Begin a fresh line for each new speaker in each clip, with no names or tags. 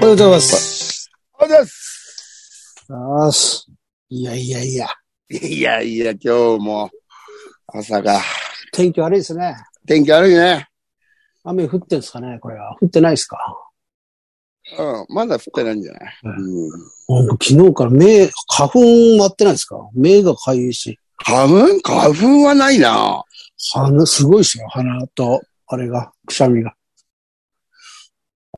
ございます。
ありがとうございます。
あーす。いやいやいや。
いやいや、今日も、朝が、
天気悪いですね。
天気悪いね。
雨降ってんすかねこれは。降ってないですか
うん、まだ降ってないんじゃない、
う
うん、
なんか昨日から目、花粉舞ってないですか目がかゆいし。
花粉花粉はないな。
鼻、すごいですよ。鼻と、あれが、くしゃみが。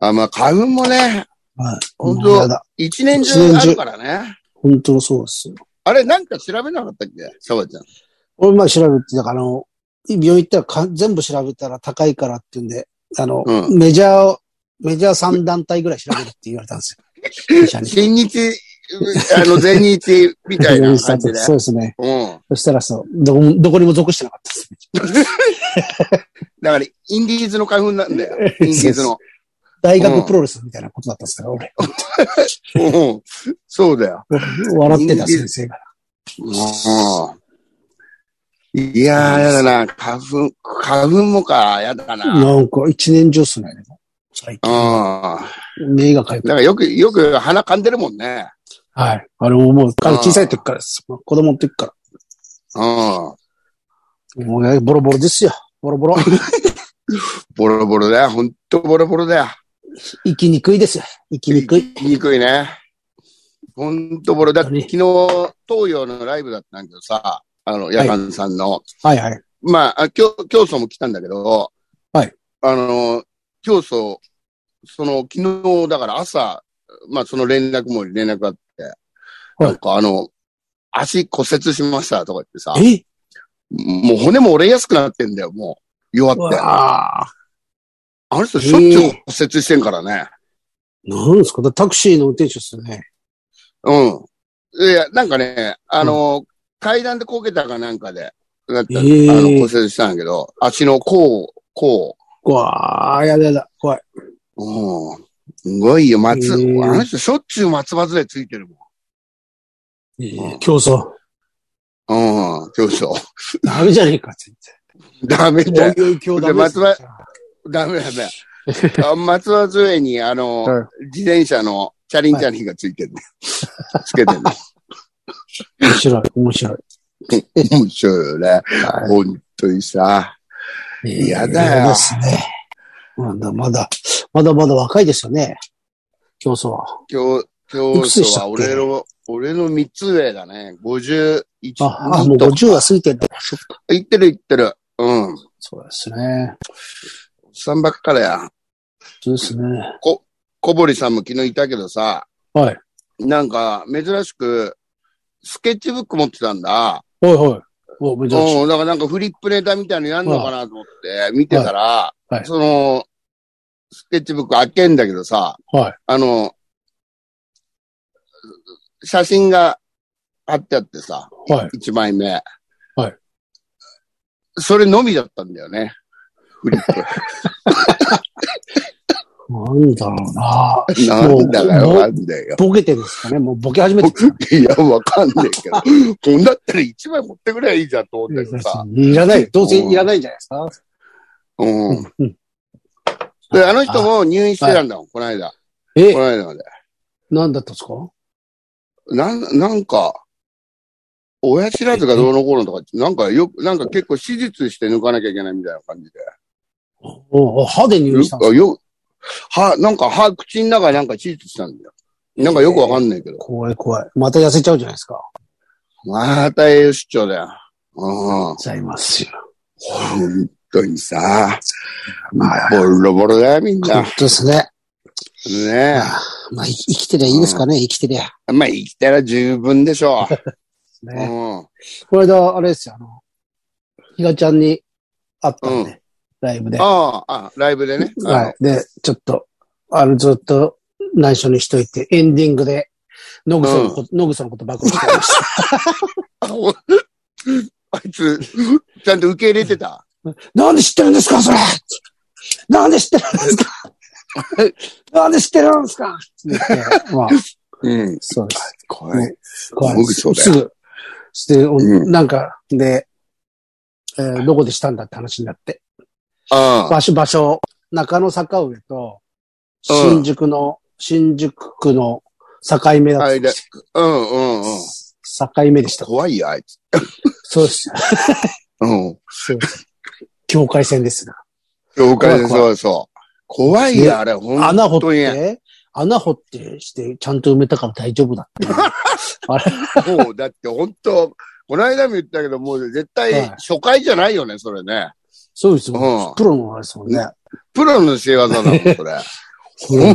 あ、まあ、花粉もね、
はい。
本当
もうやだ。
一年中あるからね。
本当そうですよ。
あれ、なんか調べなかったっけサバちゃん。
俺前調べて、だからあの、病院行ったらか全部調べたら高いからって言うんで、あの、
う
メジャーを、メジャー3団体ぐらい調べるって言われたんですよ。 医者に。
新日、あの、全日みたい な感じで。
そうですね。
うん。
そしたらそう、どこも、どこにも属してなかったですね。
だから、インディーズの花粉なん だよ。インディーズの。
大学プロレスみたいなことだったんですから、俺。
うん。そうだよ。
笑ってた先生が。
うん。いやー、やだな。花粉、花粉もか。やだな。うん。
なんか一年中っすね。最近。目がかゆく
だからよく、よく鼻噛んでるもんね。
はい。あれももう、小さい時からです。子供の時か
うん。
ら。もう、ボロボロですよ。ボロボ ロ。
ボロボロだよ。ほんとボロボロだよ。
生きにくいですよ。生きにくい。
言いにくいね。ほんとボロ。だって
本
昨日、東洋のライブだったんだけどさ、あの、夜間さんの。
はいはい。
まあ、あ教教祖も来たんだけど、
はい。
あの、教祖、その、昨日、だから朝、まあ、その連絡も連絡があって、
い
なんかあの、足骨折しましたとか言ってさ、
え
もう骨も折れやすくなってんだよ、もう。弱って。
わあ。
あの人しょっちゅう骨折してんからね。
なんですかだタクシーの運転手ですよね。
うん。いや、なんかね、あの、階段でこけたかなんかで、だった
ええ
あの骨折したんだけど、足の甲、甲、
うわあ、やだやだ。怖い。
うん。すごいよ、松、
へー
あの人しょっちゅう松葉杖ついてるもえ
競争。
ん。うん、教 授。
ダメじゃねえかって
ダメ
言
だ
って。おいおい、今日ダメですよ
で松ダメだね。あ松葉杖に、あの、
はい
自転車のチャリンチャリンがついてる、ねつけ てる、ね。
面白い、面白い。
面白いね。本当にさ。
い
やだよ
ですね。まだまだ、まだまだ若いですよね。競争は。
教、
い
教
くつ
祖
でしたっ
は
け
俺の、俺の三つ上だね。51。
あ、あもう
と
50は過ぎてんだ。そっか
言ってる言ってる。うん。
そうですね。
おっさんばっかりや。
そうですね。
小堀さんも昨日いたけどさ。
はい。
なんか、珍しく、スケッチブック持ってたんだ。
おいおい。お、めちゃくちゃ。
うん、だからなんかフリップネタみたいなのやんのかなと思って見てたら、
いはい
その、スケッチブック開けんだけどさ、
はい
あの、写真が貼ってあってさ、
はい。。
一枚目。はいそれのみだったんだよね。フリッ
なんだろうな
プ。なんだかよ、
もう
なんだよ。
ボケてるんですかねもうボケ始めてるんで
いや、わかんねえ けど。こんだったら一枚持ってくればいいじゃんと思ったけ
す
ど
か
さ。
いらないよ。どうせいらないんじゃないですか
うん
うん。
で、あの人も入院してたんだもん、この間。
え
こ、の間まで。
なんだったんですか
なん、なんか、親知らずがどうのこうのとか、なんかよく、なんか結構手術して抜かなきゃいけないみたいな感じで。
おお歯で入院したんです
よよは、なんか歯、口の中なんか手術したんだよ。なんかよくわかんないけど。
怖い怖い。また痩せちゃうじゃないですか。
また栄養失調だよ。うん。
ちゃいますよ。
本当にさ、
まあ、
ボロボロだよ、みんな
本。当ですね。
ね
まあ、い生きてりゃいいですかね生きてりゃ。
え。まあ、生きたら十分でしょう。う
ね
ん。
これだ、あれですよ、あの、ひがちゃんに会ったんで、
う
ライブで。は
ああ、あライブでね。
い。で、ちょっと、あの、ずっと内緒にしといて、エンディングで、野草のこと、野草のこと暴露してました。
あの。 あいつ、ちゃんと受け入れてた。
なんで知ってるんですか、それなんで知ってるんですかなんで知ってるんですかって言って、まあ、
うん。
そうです。
怖い。
怖いで
野
す
草
すぐ、して、お
うん
なんか、で、えーどこでしたんだって話になって。
ああ。
場所、場所、中野坂上と、新宿の新宿区の境目だったんです
うんうんうん。
よ。境目でした。
怖いよ、あいつ。
そうです。
うん。
そうです境界線ですな。
了解です、
怖い
そうそう。怖い
ね
よ、あれ、ほんとに。
穴掘って、穴掘ってして、ちゃんと埋めたから大丈夫だっていう。あれ
もう、だって本当この間も言ったけど、もう絶対
はい
初回じゃないよね、それね。
そうですよ
うん。
プロのあれですもんね。
プロの仕業だもん、 それ。
プロの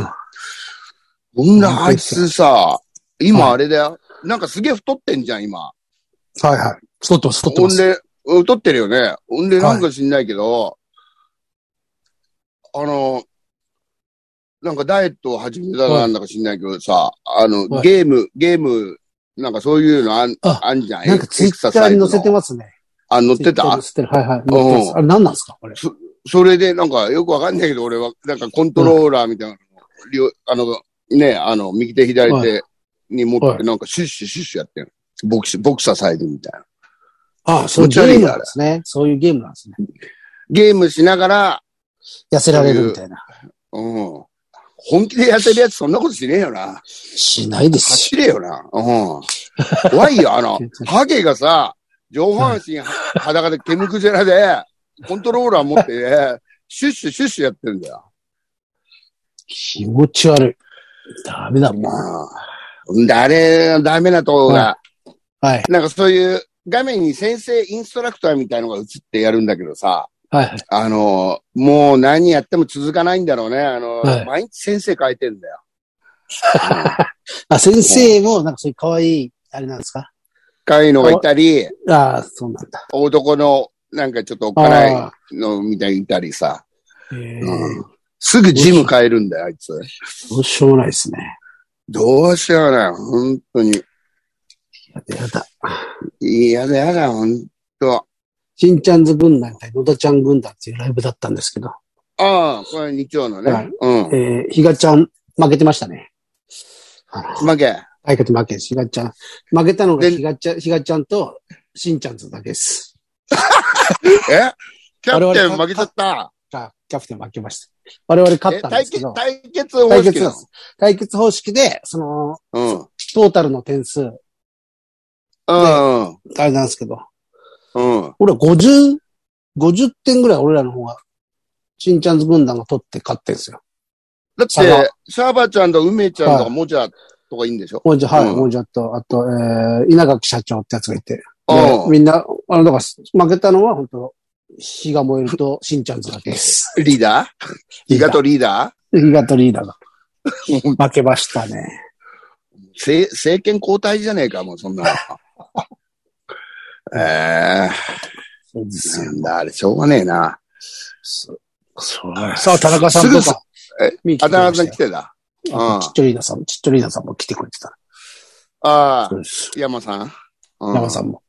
こんなあいつさ、今あれだよ。なんかすげえ太ってんじゃん、今。
はいはい。太ってます、太って
ほ
ま
ん
す。
で、うん太ってるよね。ほんで、なんか知んないけど、あの、なんかダイエットを始めた
は
ないんだか知んないけどさ、あの、
はい
ゲーム、ゲーム、なんかそういうのあん
あ
あんじゃん。
なんかツイッターに載せてますね。
あ、乗ってた
載せてる。はいはい。載ってます
う。ん
あれ何なんですかこれ。
それで、なんか、よくわかんないけど、俺は、なんか、コントローラーみたいなのを、両あの、ね、あの、右手左手に持っ
は
て、なんか、シュッシュッシュッシュやってる。ボクシ、ボクサーサイズみたいな。
ああ、そういう
気
ゲ
持ち悪い
ーム
な
なんですね。そういうゲームなんですね。
ゲームしながら、
痩せられるみたいな。
うん。本気で痩せるやつ、そんなことしねえよな。
しないです
走れよな。うん。怖いよ、 あの、ハゲがさ、上半身は裸で、毛むくじゃらで、コントローラー持って、シュッシュッシュッシュやってんだよ。
気持ち悪い。ダメだもん。
まあ、あれ、ダメなとこが、
はい。
なんかそういう画面に先生インストラクターみたいのが映ってやるんだけどさ、
はいはい。
あの、もう何やっても続かないんだろうね。あの、
はい
毎日先生書いてんだよ。
あ、先生も、なんかそういう可愛い、あれなんですか
かいのがいたり、
ああ、そうなんだ。
男のなんかちょっとおっかないのみたいにいたりさ、
ええ
うんすぐジム変えるんだよ、あいつ。
どうしようもないですね。
どうしようもない、本当に。
やだやだ。
嫌だ、嫌だ、本当。
しんちゃんズ軍団対野田ちゃん軍団っていうライブだったんですけど、
ああ、これ日曜のね。
はい
うん。
えー、ひがちゃん負けてましたね。あの
負け。
相方負けです。ひがちゃん。負けたのが
で
ひがちゃん、ひがちゃんと、しんちゃんズだけです。
えキャプテ
我
ン
々
負けちゃった。
が、キャプテン負けました。我々勝
え
ったんで
対
すけ
決、
ど、
対決方
対
式
決
な
で
の
す。対決方式で、その、
うん。
トータルの点数、
うん。
あれなんですけど、
うん。
俺は50、50点ぐらい俺らの方が、しんちゃんズ軍団が取って勝ってんですよ。
だって
あの、
シャーバちゃんと梅ちゃんと
は
か
い
もじゃとかいいんでしょ
もうじゃ、はい、
うん
もうじゃと、あと、えー、稲垣社長ってやつがいて、で
う
みんな、あの、だから、負けたのは本当火が燃えると、しんちゃんズだけ です。
ん。リーダー伊賀とリーダ
伊 賀とリーダーが
うん。
負けましたね。
ーせ政権交代じゃねえか、も うそんなの。え
そうで
えなんだ、あれ、しょうがねえな。
そう。さあ、田中さんとか。
え
見に来て
あ
く
た
れ
ら
まし
さん
た
来
よ
てた。
あ
うん
とちっちゃいリーダーさん、ちっちゃいリーダーさんも来てくれてた。
ああ
そ、うです。
山さん。う
山さんも。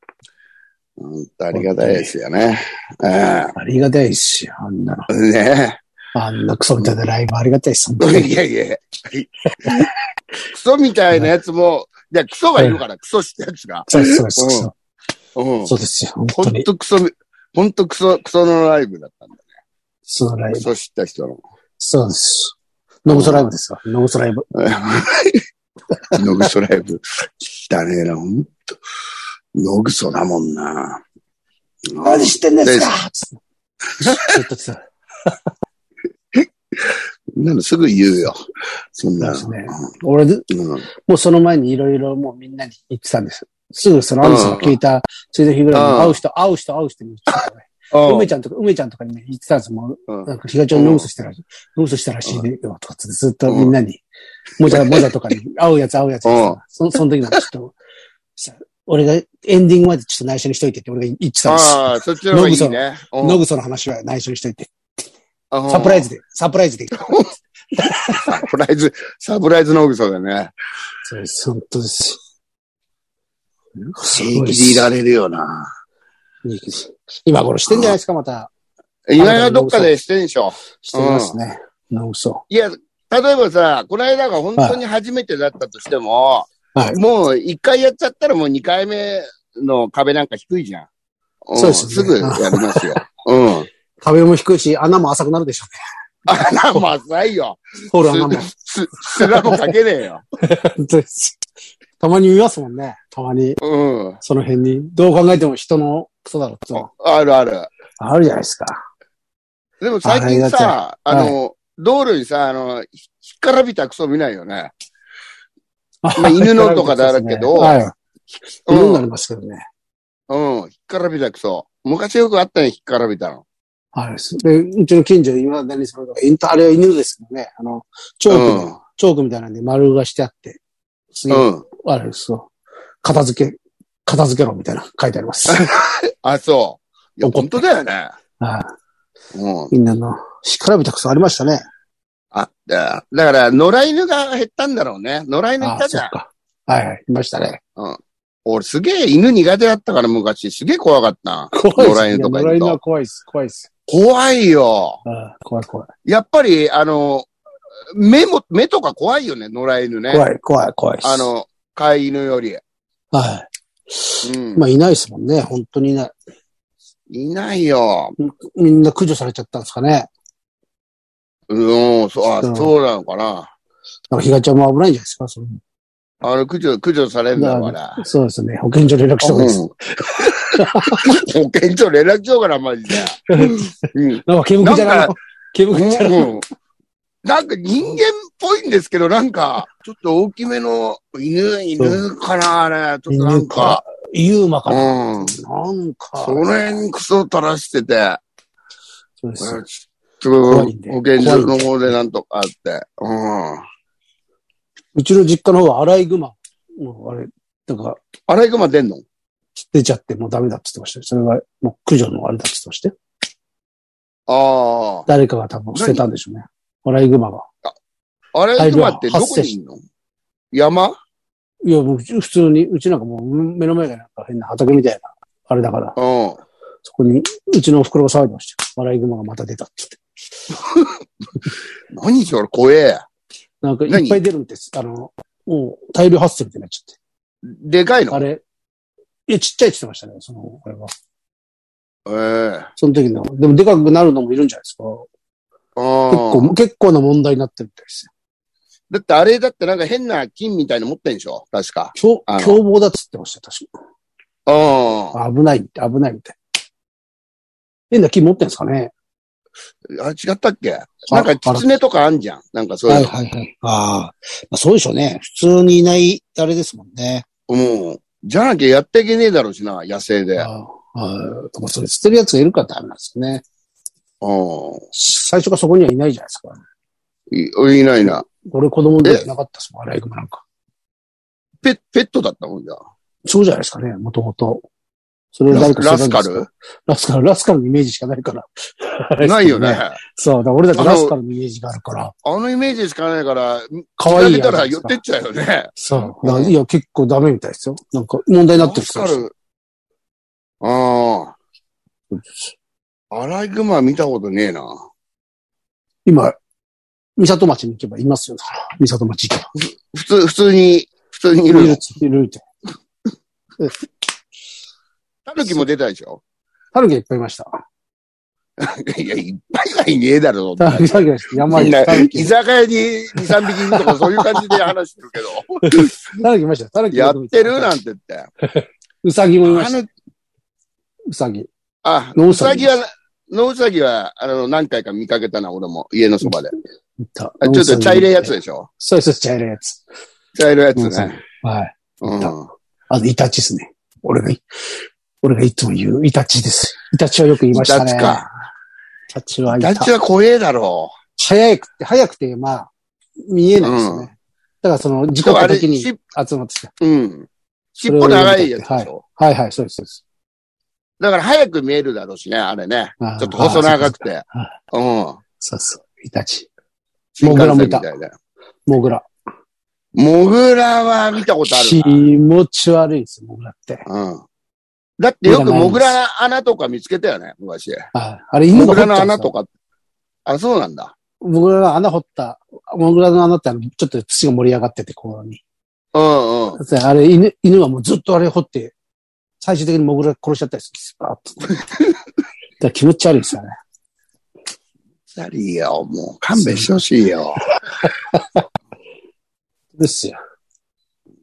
うんとありがたいですよね。え
ありがたいですし、あんな、
えね
あんなクソみたいなライブありがたいです。本当
え。
に
いやいや。クソみたいなやつも、いや、クソがいるから、クソしたやつが。
そうです、そうです。そう
うん。
そうですよ。本
ほ
当
ん
に。
とクソ、ほんとクソ、クソのライブだったんだ。
そのライ
ク
ブ。
ソ知った人の。
そうです。ノブソライブですよ。ノブソライブ。
ノグソライブ。汚ねえな、ほんと。ノグソだもんな。
何してんですかずっとつ
なんだすぐ言うよ。そんなの。
そうですね俺、
うん
もうその前にいろいろもうみんなに言ってたんです。すぐそのアンさんが聞いた、ついの日ぐらいに
うん
会う人、会う人、会う人に言ってたからね。梅ちゃんとか、梅ちゃんとかにね、言ってたんです。も
うん
う、なんか、ひがちゃんノブソしてたらしい。ノブソしたらしいね、とかつってずっとみんなに、もじゃもじゃとかに、会うやつ、会うやつ言ってたから。そのその時なんかちょっと、さ俺がエンディングまでちょっと内緒にしといてって俺が言ってたんです。
ああ、そっちの方がいいね。うん
ノグソの話は内緒にしといて。
うん
サプライズで、サプライズで。
サプライズ、サプライズノグソだね。
そうです、本当です。
平気でいられるよな。
今頃してんじゃないですか、また。
今はどっかでしてんでしょ。
してますね。ノグソ。
いや、例えばさ、この間が本当に初めてだったとしても、
はい
もう一回やっちゃったらもう二回目の壁なんか低いじゃん。ん
そうですね
すぐやりますよ。うん。
壁も低いし、穴も浅くなるでしょ
穴も浅いよ。
フォローは何も。
す、すらもかけねえよ。
本当ですたまに見ますもんね。たまに。
うん。
その辺に。どう考えても人のクソだろっての
あるある。
あるじゃないですか。
でも最近さ、
あ
あ
りがたい
の、道路にさ、あの、ひひっからびたクソ見ないよね。まあ犬のとかだけど
はい。
う。
犬になんりますけどね。
うん。ひっからびたクソ。昔よくあったね、ひっからびたの。
はい。で、うちの近所で今だにそれとか、インタあれは犬ですけどね。あの、チョークの、
う
チョークみたいなんで丸がしてあって、すげえ、
ん。うん。
あれですよ。片付け、片付けろみたいな書いてあります。
あ、そう。いや、
怒っ
本当だよね。
はい。
うん。
みんなの、しからびたくそありましたね。
あった。だから、野良犬が減ったんだろうね。野良犬い
あ
た
あ、
じ
そ
ゃ
っ
ん。
か。はいはい、いましたね。
俺すげえ犬苦手だったから昔、すげえ怖かった。
怖
野良犬とかいる
野
と
良犬は怖いです、怖いです。
怖いよ。
ああ怖い怖い。
やっぱり、あの、目も、目とか怖いよね、野良犬ね。
怖い、怖い、怖いっす。
あ、の、飼い犬より。
は
う
い。
ん。
まあ、いないですもんね、本当にいない。
いないよ。
みんな駆除されちゃったんですかね。
うん、そう、あ
うん
そうなのかな。
だから、ひがちゃんも危ないんじゃないですか、その
あの、駆除、駆除されるんだから。
そうですね、保健所連絡した方がいいです。
うん保健所連絡しようかな、マジで。うん。
なんか、煙くじゃない
なん
の煙くじゃない
うんなんか人間っぽいんですけど、なんか、ちょっと大きめの犬、犬かな、あれ。ちょっとなんか、
ユーマかな。
うん。
なんか、
その辺クソ垂らしてて、
そうですよ。
ちょ
怖
っ
いんで
と保健所の方でなんとかあって、うん。
うちの実家の方はアライグマ。もう、あれ、なんか、
アライグマ出んの
出ちゃってもうダメだって言ってましたよ。それが、もう駆除のあれだって言ってましたよ。
あ
誰かが多分捨てたんでしょうね。アライグマが。
あ。アライグマってどこにいんの山
いや、もう普通に、うちなんかもう目の前がなんか変な畑みたいな、あれだから、
うん。
そこに、うちのお袋が騒いでましたよ。アライグマがまた出たって言って。
何それ怖え。
なんかいっぱい出るんです。あの、もう大量発生みたいになっちゃっ
でかい
て。あ
のえ
れ、いや、ちっちゃいって言ってましたね、その、これは。
え
その時の。でもでかくなるのもいるんじゃないですか。結
うん
構、結構な問題になってるみたいですよ。
だってあれだってなんか変な金みたいの持ってんでしょ確か。
凶
あの
凶暴だっつってましたよ、確
う
か。
ん。
危ないって、危ないみたい。変な木持ってんですかね
あれ違ったっけなんか
あら
狐とかあんじゃん。なんかそう
はいいうはいはい。ああ。まあ、そうでしょうね。普通にいない、あれですもんね。
の。うん。じゃなきゃやっていけねえだろうしな、野生で。
ああ。はい。でもそれ捨てるやつがいるからダメなんですよね。
うん。
最初からそこにはいないじゃないですか。
いいないな。
俺子供の時なかったですもん、アライグマなんか。
ペペットだったもんじゃん。
そうじゃないですかね、もともと。それを誰か
ラ
捨
ス
てた
カ
んです
ル
かラスカル、ラスカルのイメージしかないから。
ないよね。
あれですけど。そう、だから俺だってラスカルのイメージがあるから。
あのイメージしかないから、
可愛い
見
や
た
つ
ら
で
寄
す
っ
か
てっちゃうよね。
そう。だからいや、結構ダメみたいですよ。なんか問題になってる
助かる。ああ。アライグマ見たことねえな。
今、三里町に行けばいますよ。三里町行けば。
普通、普通に、普通にい
いる
る
いる
の。
いるって。
タヌキも出たでしょ
タヌキがいっぱいいました。
いや、いっぱいはいねえだろ。
タヌキ、タヌキがいました山
みん
に
な、
タヌキ
居、酒屋に2、3匹いるとかそういう感じで話してる けど。
タヌキいましたよ。タヌキ
やってるなんんて言って。
ウサギもいま
あ
した。
の、
ウサギ。
あ、
ノウ
う
サ
さ
ギ
ぎは、のうさぎは、あの、何回か見かけたな、俺も、家のそばで。
いた
あちょっと茶色いや
ノウ
つ。
サギ
でしょ
そうそう、茶色いやつ。
茶色いや
ノウ
つ
サギ
ね。
はい。
うん。
あと、イタチですね。俺が、俺がいつも言う、イタチです。イタチはよく言いましたね。
イタチか。
イタチはい
ダ
た。
ッチは怖えだろ
早くて、早くて、まあ、見えないですね。
う
だ
ん
から、その、
う。
時
でも
間の
あれ、
時に
し
集まってきた。
うん。尻尾長いやつでしょ。
はいはい、そうです、そうです。
だから早く見えるだろうしね、あれね。
あー
ちょっと細長く。て
あー。
うん。
そうそう、イタチ。
新
モグラ
幹
も
線
い
み
た
たいな。
モグラ。
モグラは見たことあ
気
るな。
持ち悪いです、モグラって。
うん。だってよくモグラの穴とか見つけたよね、昔。
ああれ、
モ
犬
グ
が掘
ラ
っ
の
たんで
穴
すよ
とか。あ、そうなんだ。
モグラの穴掘った、モグラの穴ってあの、ちょっと土が盛り上がってて、こうに。
うんうん。
だってあれ、犬、犬はもうずっとあれ掘って、最終的にモグラ殺しちゃったりするんですよ。バーッとだから気持ち悪いですよね。
二人よ、もう勘弁してほしいよ。
ですよ。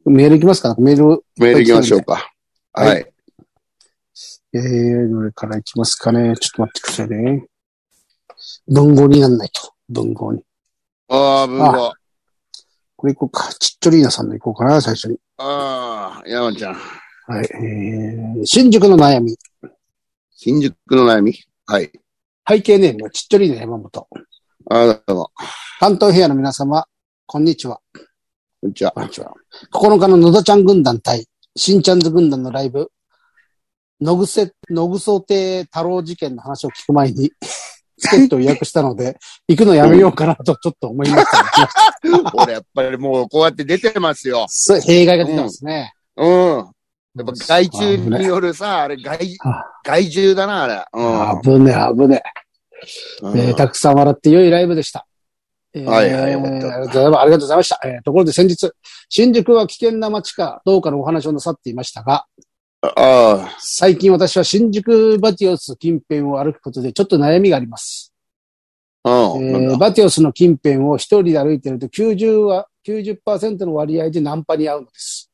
メールいきますかメール、
メール行きましょうか。
はい
はい。
えー、どれからいきますかねちょっと待ってくださいね。文豪になんないと。文豪に。
ああ、文豪。
これいこうか。ちっちょりーなさんのいこうかな、最初に。
ああ、山ちゃん。
はい。えー、新宿の悩み。
新宿の悩みはい。
背景ネームはちっちょりーな山本。
ああ、どうも。
関東平野の皆様、こんにちは。
こんにちは。
こんにちは。9日の野田ちゃん軍団対、新ちゃんズ軍団のライブ、野ぐせ、野ぐそ亭太郎事件の話を聞く前に、 チケットを予約したので、行くのやめようかなとちょっと思いました。
俺、やっぱりもうこうやって出てますよ。
そう弊害が出てますね。
うん。やっぱ害虫
危ね
に
え
よるさ、あれ害
あ、
害虫だな、あれ。う
危
ん
ねえ、危ね
う
え
ん。
えー。たくさん笑って良いライブでした。えー
はいはいよ
あ
か
り
った
がとうございますありがとうございました。えーところで先日、新宿は危険な街かどうかのお話をなさっていましたが、
ああ、
最近私は新宿バティオス近辺を歩くことでちょっと悩みがあります。
うん。
え
な
ー
んだ
バティオスの近辺を一人で歩いてると90は、90%の割合でナンパに遭うのです。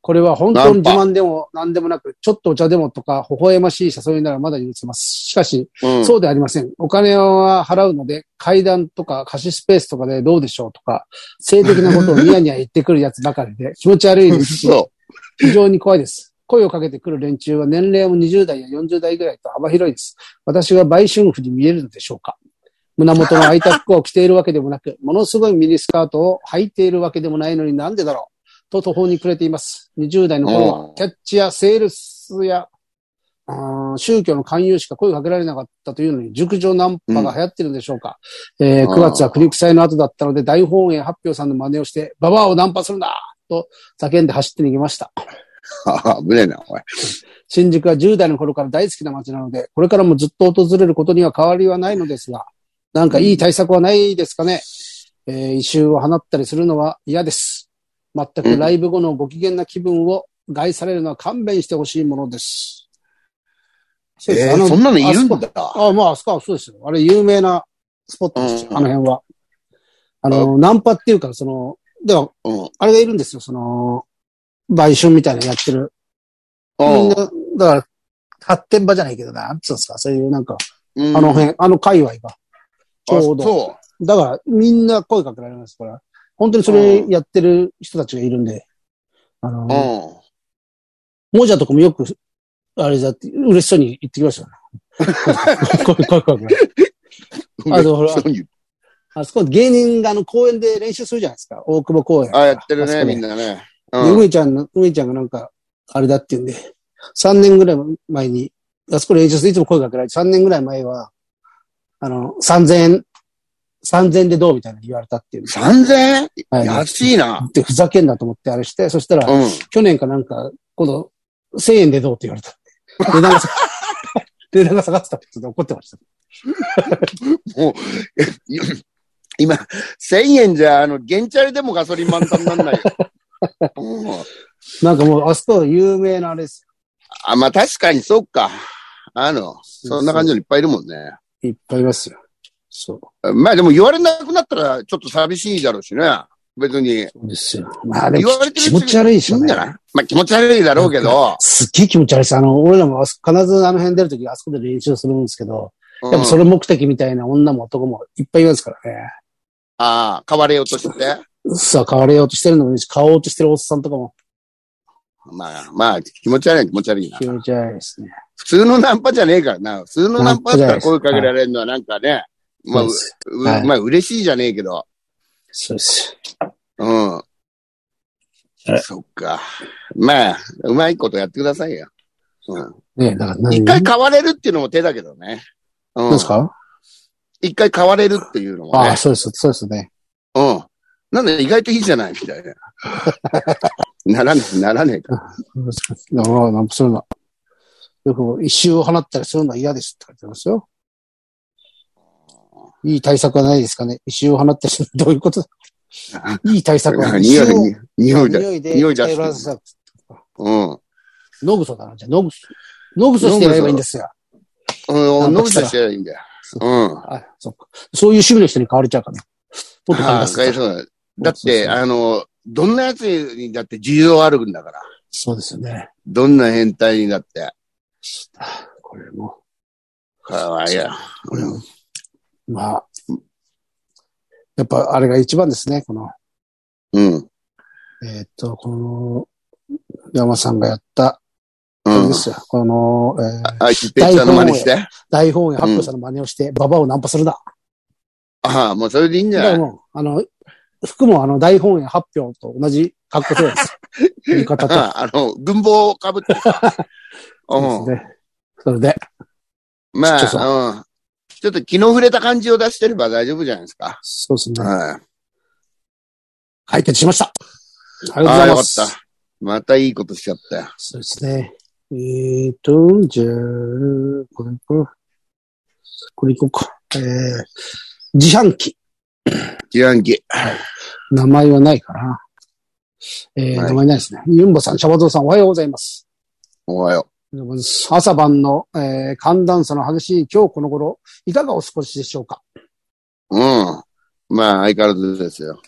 これは本当に自
ナンパ
慢でも何でもなく、ちょっとお茶でもとか、微笑ましい誘いならまだ許せます。しかし、
うん
そうではありません。お金は払うので、階段とか貸しスペースとかでどうでしょうとか、性的なことをニヤニヤ言ってくるやつばかりで、気持ち悪いですし、
そ
非常に怖いです。声をかけてくる連中は年齢も20代や40代ぐらいと幅広いです。私は売春婦に見えるのでしょうか胸元の空いた服を着ているわけでもなく、 ものすごいミニスカートを履いているわけでもないのになんでだろうと途方に暮れています。20代の頃
う
は
ん
キャッチやセールスや、あー宗教の勧誘しか声をかけられなかったというのに、熟女ナンパが流行ってるんでしょうか、えー
うん
9月は国臭いの後だったので、大本営発表さんの真似をして、ババアをナンパするなと叫んで走って逃げました。
う。危ねえな、おい。
新宿は10代の頃から大好きな街なので、これからもずっと訪れることには変わりはないのですが、なんかいい対策はないですかね。えー異臭を放ったりするのは嫌です。全くライブ後のご機嫌な気分を害されるのは勘弁してほしいものです。そうです
え
あ
ー
の
そんなのいるんだ。
あまあ、あそこはそうですよ。あれ、有名なスポットですよ、
うん
あの辺は。あの、ナンパっていうか、その、では、
うん。
あれがいるんですよ、その、売春みたいなのやってるみんな、だから、発展場じゃないけどな、なんつうんですか、そういうなんか、
うん
あの辺、あの界隈が。ちょう
あ
ど。
そ
だから、みんな声かけられますから、本当にそれやってる人たちがいるんで、あ
う。
の、もじゃとかもよく、あれだって、嬉しそうに言ってきましたよ ね。声声かけられる
うん。
あの ほら
そういう
あそこ芸人があの公園で練習するじゃないですか、大久保公園。
あ、やってる
あそ
ね、
こで
みんなね。
で、
うん。
梅ちゃんの、梅ちゃんがなんか、あれだって言うんで、3年ぐらい前に、あそこで演出でいつも声かけられて、3年ぐらい前は、あの、3000円、3000円でどうみたいなの言われたっていうんで。
3000円
はい
安いな。
で、ふざけんなと思ってあれして、そしたら、
うん。
去年かなんか、今度、1000円でどうって言われたんで。値段が下が 値段が下がってたって言って怒ってました。
今、1000円じゃ、あの、ゲンチャリでもガソリン満タンなんな いよ。うん
なんかもう、あそこ有名なあれです
あ、まあ確かにそうか。あの、
よ。
そんな感じのいっぱいいるもんね。
いっぱいいますよ。そう。
まあでも言われなくなったらちょっと寂しいだろうしね。別に。
そうですよ。まあ、でも
言われてる
気持ち悪いでし
い
ょ
い
うん
じ
ね
ゃ。ないまあ気持ち悪いだろうけど。
すっげえ気持ち悪いです。あの、俺らもあそ必ずあの辺出るとき、あそこで練習するんですけど、
うん
やっぱそれ目的みたいな女も男もいっぱいいますからね。
ああ、変われようとして。
さあ、買われようとしてるのもいいし、買おうとしてるおっさんとかも
まあまあ気持ち悪い気持ち悪いな
気。持ち悪いですね。
普通のナンパじゃねえからな。普通のナンパだったら声かけられるのはなんかね。まあ、
そう
う
です。
う
はい
まあ嬉しいじゃねえけど。
そうです。
うん
あれ。
そっか。まあ、うまいことやってくださいよ。うん
ねえ、だから何
一回買われるっていうのも手だけどね。うん
何ですか
一回買われるっていうのも
あ
ね
あ、。そうです。そうですね。
うん。なんで意外といいじゃないみたいな。 ならねえ、ならねえか。
そうですだから、なんかそういうの。よく、一周を放ったりするのは嫌ですって書いてますよ。いい対策はないですかね。一周を放ったりするどういうことだいい対策はない。
匂い
一周を、
匂いだ。
匂いで、
匂い出して
頼らせた
うん。うん。
ノグソだな、じゃあ、ノグソ。ノグソしてやればいいんですよ。ナン
飲
パ
む
した
と
ら
してりゃいいんだよ。うん。
あ、そうか。そういう趣味の人に変われちゃうから。もっと変わ
あ
り
あ、
そう
そうだ。だっ
そうそう
て、
そう
あの、どんなやつにだって需要あるんだから。
そうですよね。
どんな変態にだって。
あこれも、
かわいいや。
これも。まあ、やっぱあれが一番ですね。この、
うん。
えーっと、この、山さんがやった、
う
あれ
ん
で。すよ。この、えー
あ、一平ちゃんの真似して。
台本や八方さんの真似をして、ババアをナンパするな。
ああ、もうそれでいいんじ
だ
ゃ
から
ない
もう、あの、服もあの、大本営発表と同じ格好で ですよ。言い方と。
ああの、文房をか ぶってさ
そう
う
ですね。それで、
ん。ま
ちょっと
あ、うん。ちょっと気の触れた感じを出してれば大丈夫じゃないですか。
そうですね。
はい。
解決しました。ありがとう
あ
ご
あ、
ざい
よか
ま
っ
す。
た。またいいことしちゃったよ。
そうですね。えーと、じゃあ、これこれ。これいこうか。えー、自販機。
自販機。
名前はないかな。えー、
はい
名前ないですね。ユンボさん、シャバゾウさん、おはようございます。
おはよ
朝晩の、えー寒暖差の激しい今日この頃、いかがお過ごしでしょうか
う。うん。まあ、相変わらずですよ。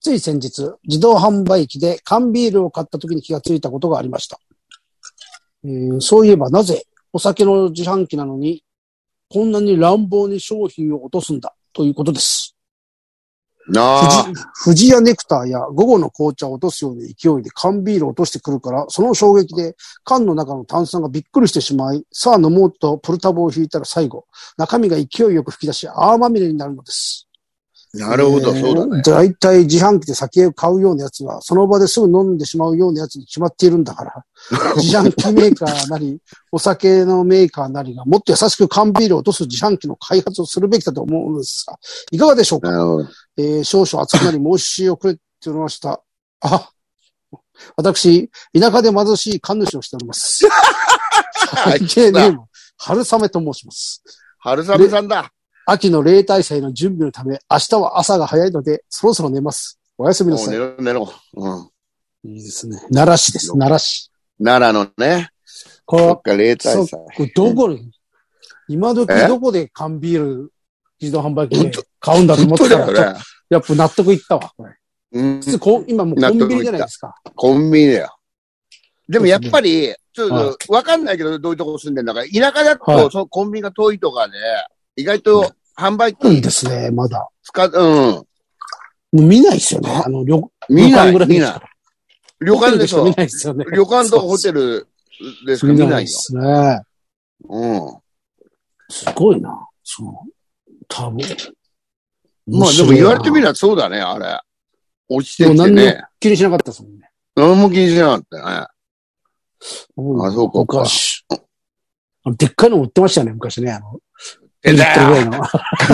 つい先日、自動販売機で缶ビールを買った時に気がついたことがありました。えーそういえばなぜお酒の自販機なのに、こんなに乱暴に商品を落とすんだということです。
なあ。
富士屋ネクターや午後の紅茶を落とすような勢いで缶ビールを落としてくるから、その衝撃で缶の中の炭酸がびっくりしてしまい、さあ飲もうとプルタブを引いたら最後、中身が勢いよく吹き出し泡まみれになるのです。
なるほど、
えー
そうだね。
大体自販機で酒を買うようなやつは、その場ですぐ飲んでしまうようなやつに決まっているんだ から、自販機メーカーなり、お酒のメーカーなりがもっと優しく缶ビールを落とす自販機の開発をするべきだと思うのですが、いかがでしょうか、
な るほど。
えー少々熱くなり申し遅れておりました。あ、私、田舎で貧しい神主をしており ます。 背景ネーム、春雨と申します。
春雨さんだ。
秋の例大祭の準備のため、明日は朝が早いので、そろそろ寝ます。おやすみ
も
な
う
さい。
寝
い
ろ、寝ろ。うん。
いですね。奈良市です、奈良市。
奈良のね。
こ
そ
れ、
っか、霊体祭。
これどこ に、今時
え
どこで缶ビール、自動販売機で買うんだと思ったら、
本当
ちょっ
だよね。
とやっぱ納得いったわ、これ。
うん
普。通こう、今もうコンビニじゃないですか。
コンビニだよ。でもやっぱり、ちょっと、わかんないけど、どういうとこ住んでんだか。田舎だ
は
と、そのコンビニが遠いとかで、意外と販売
いい
機
ですね、まだ。
使う、うん。
もう見ないですよね。あの、旅
見な
旅館
い、
ぐらい
見
です
な
か
い。旅
ホテ
館
ル
で
で
し
しか
ょ
見ないですよね。
旅館とかホテルですか見
見
な
ない
い
で
よ。
すね。
うん。
すごいな。そう。多分。
まあでも言われてみ
る
ればそうだね、あれ。落ちて
もう
きて
何も
ね。
気にしなかったですもんね。
何も気にしなかったね。あそうか
昔。あのでっかいの売ってましたよね、昔ね。あの、
えだ
ぐらい
よ
の。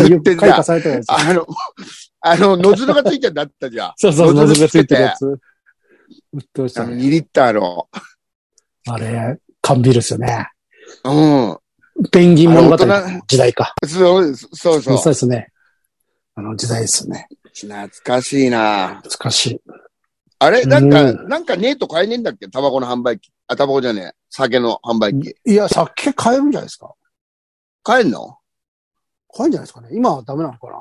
言
よ
って
く
ん
開花
だ。
されたやつ。
あの、あの、 ノズルがついてんだったじゃん。
そうそう、
ノ
謎
ズル
がついてる
て
やつ。売ってまし
あ
た
の、
ね。
2リッターの。
あれ、缶ビールですよね。
う
ペンギン物語
あれ大人
の時代か。
ん。そう、そう
そう
そ
ですね。あの時代ですよね。
う。懐かしいな
懐かしい。
あれなんか、
う
なんかねえと買えねえんだっけタバコの販売機。あ、タバコじゃねえ。酒の販売機。
いや、酒買えるんじゃないですか。
買えんの
買えるんじゃないですかね。今はダメなのかな。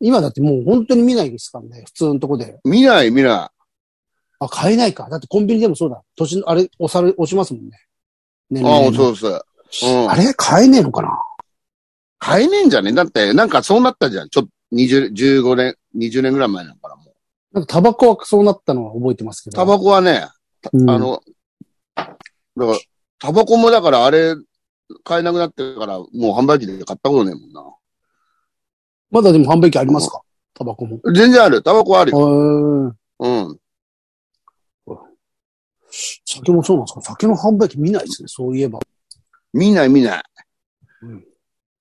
今だってもう本当に見ないですからね。普通のとこで。
見ない、見な
あ、買えないか。だってコンビニでもそうだ。年の、あれ、押され、押しますもんね。
い。
年
あ
齢
あ、
の
そうそう。うん
あ。れ買えねえのかな
買えねえんじゃねえだって、なんかそうなったじゃん。ちょっと、20、15年、20年ぐらい前なのかな、もう。
なんかタバコはそうなったのは覚えてますけど。
タバコはね、
うん
あ、の、だから、タバコもだからあれ、買えなくなってから、もう販売機で買ったことねえもんな。
まだでも販売機ありますかタバコも。
全然ある。タバコはあるよ。
うん。
うん。
酒もそうなんですか酒の販売機見ないですね、そういえば。
見ない見ない。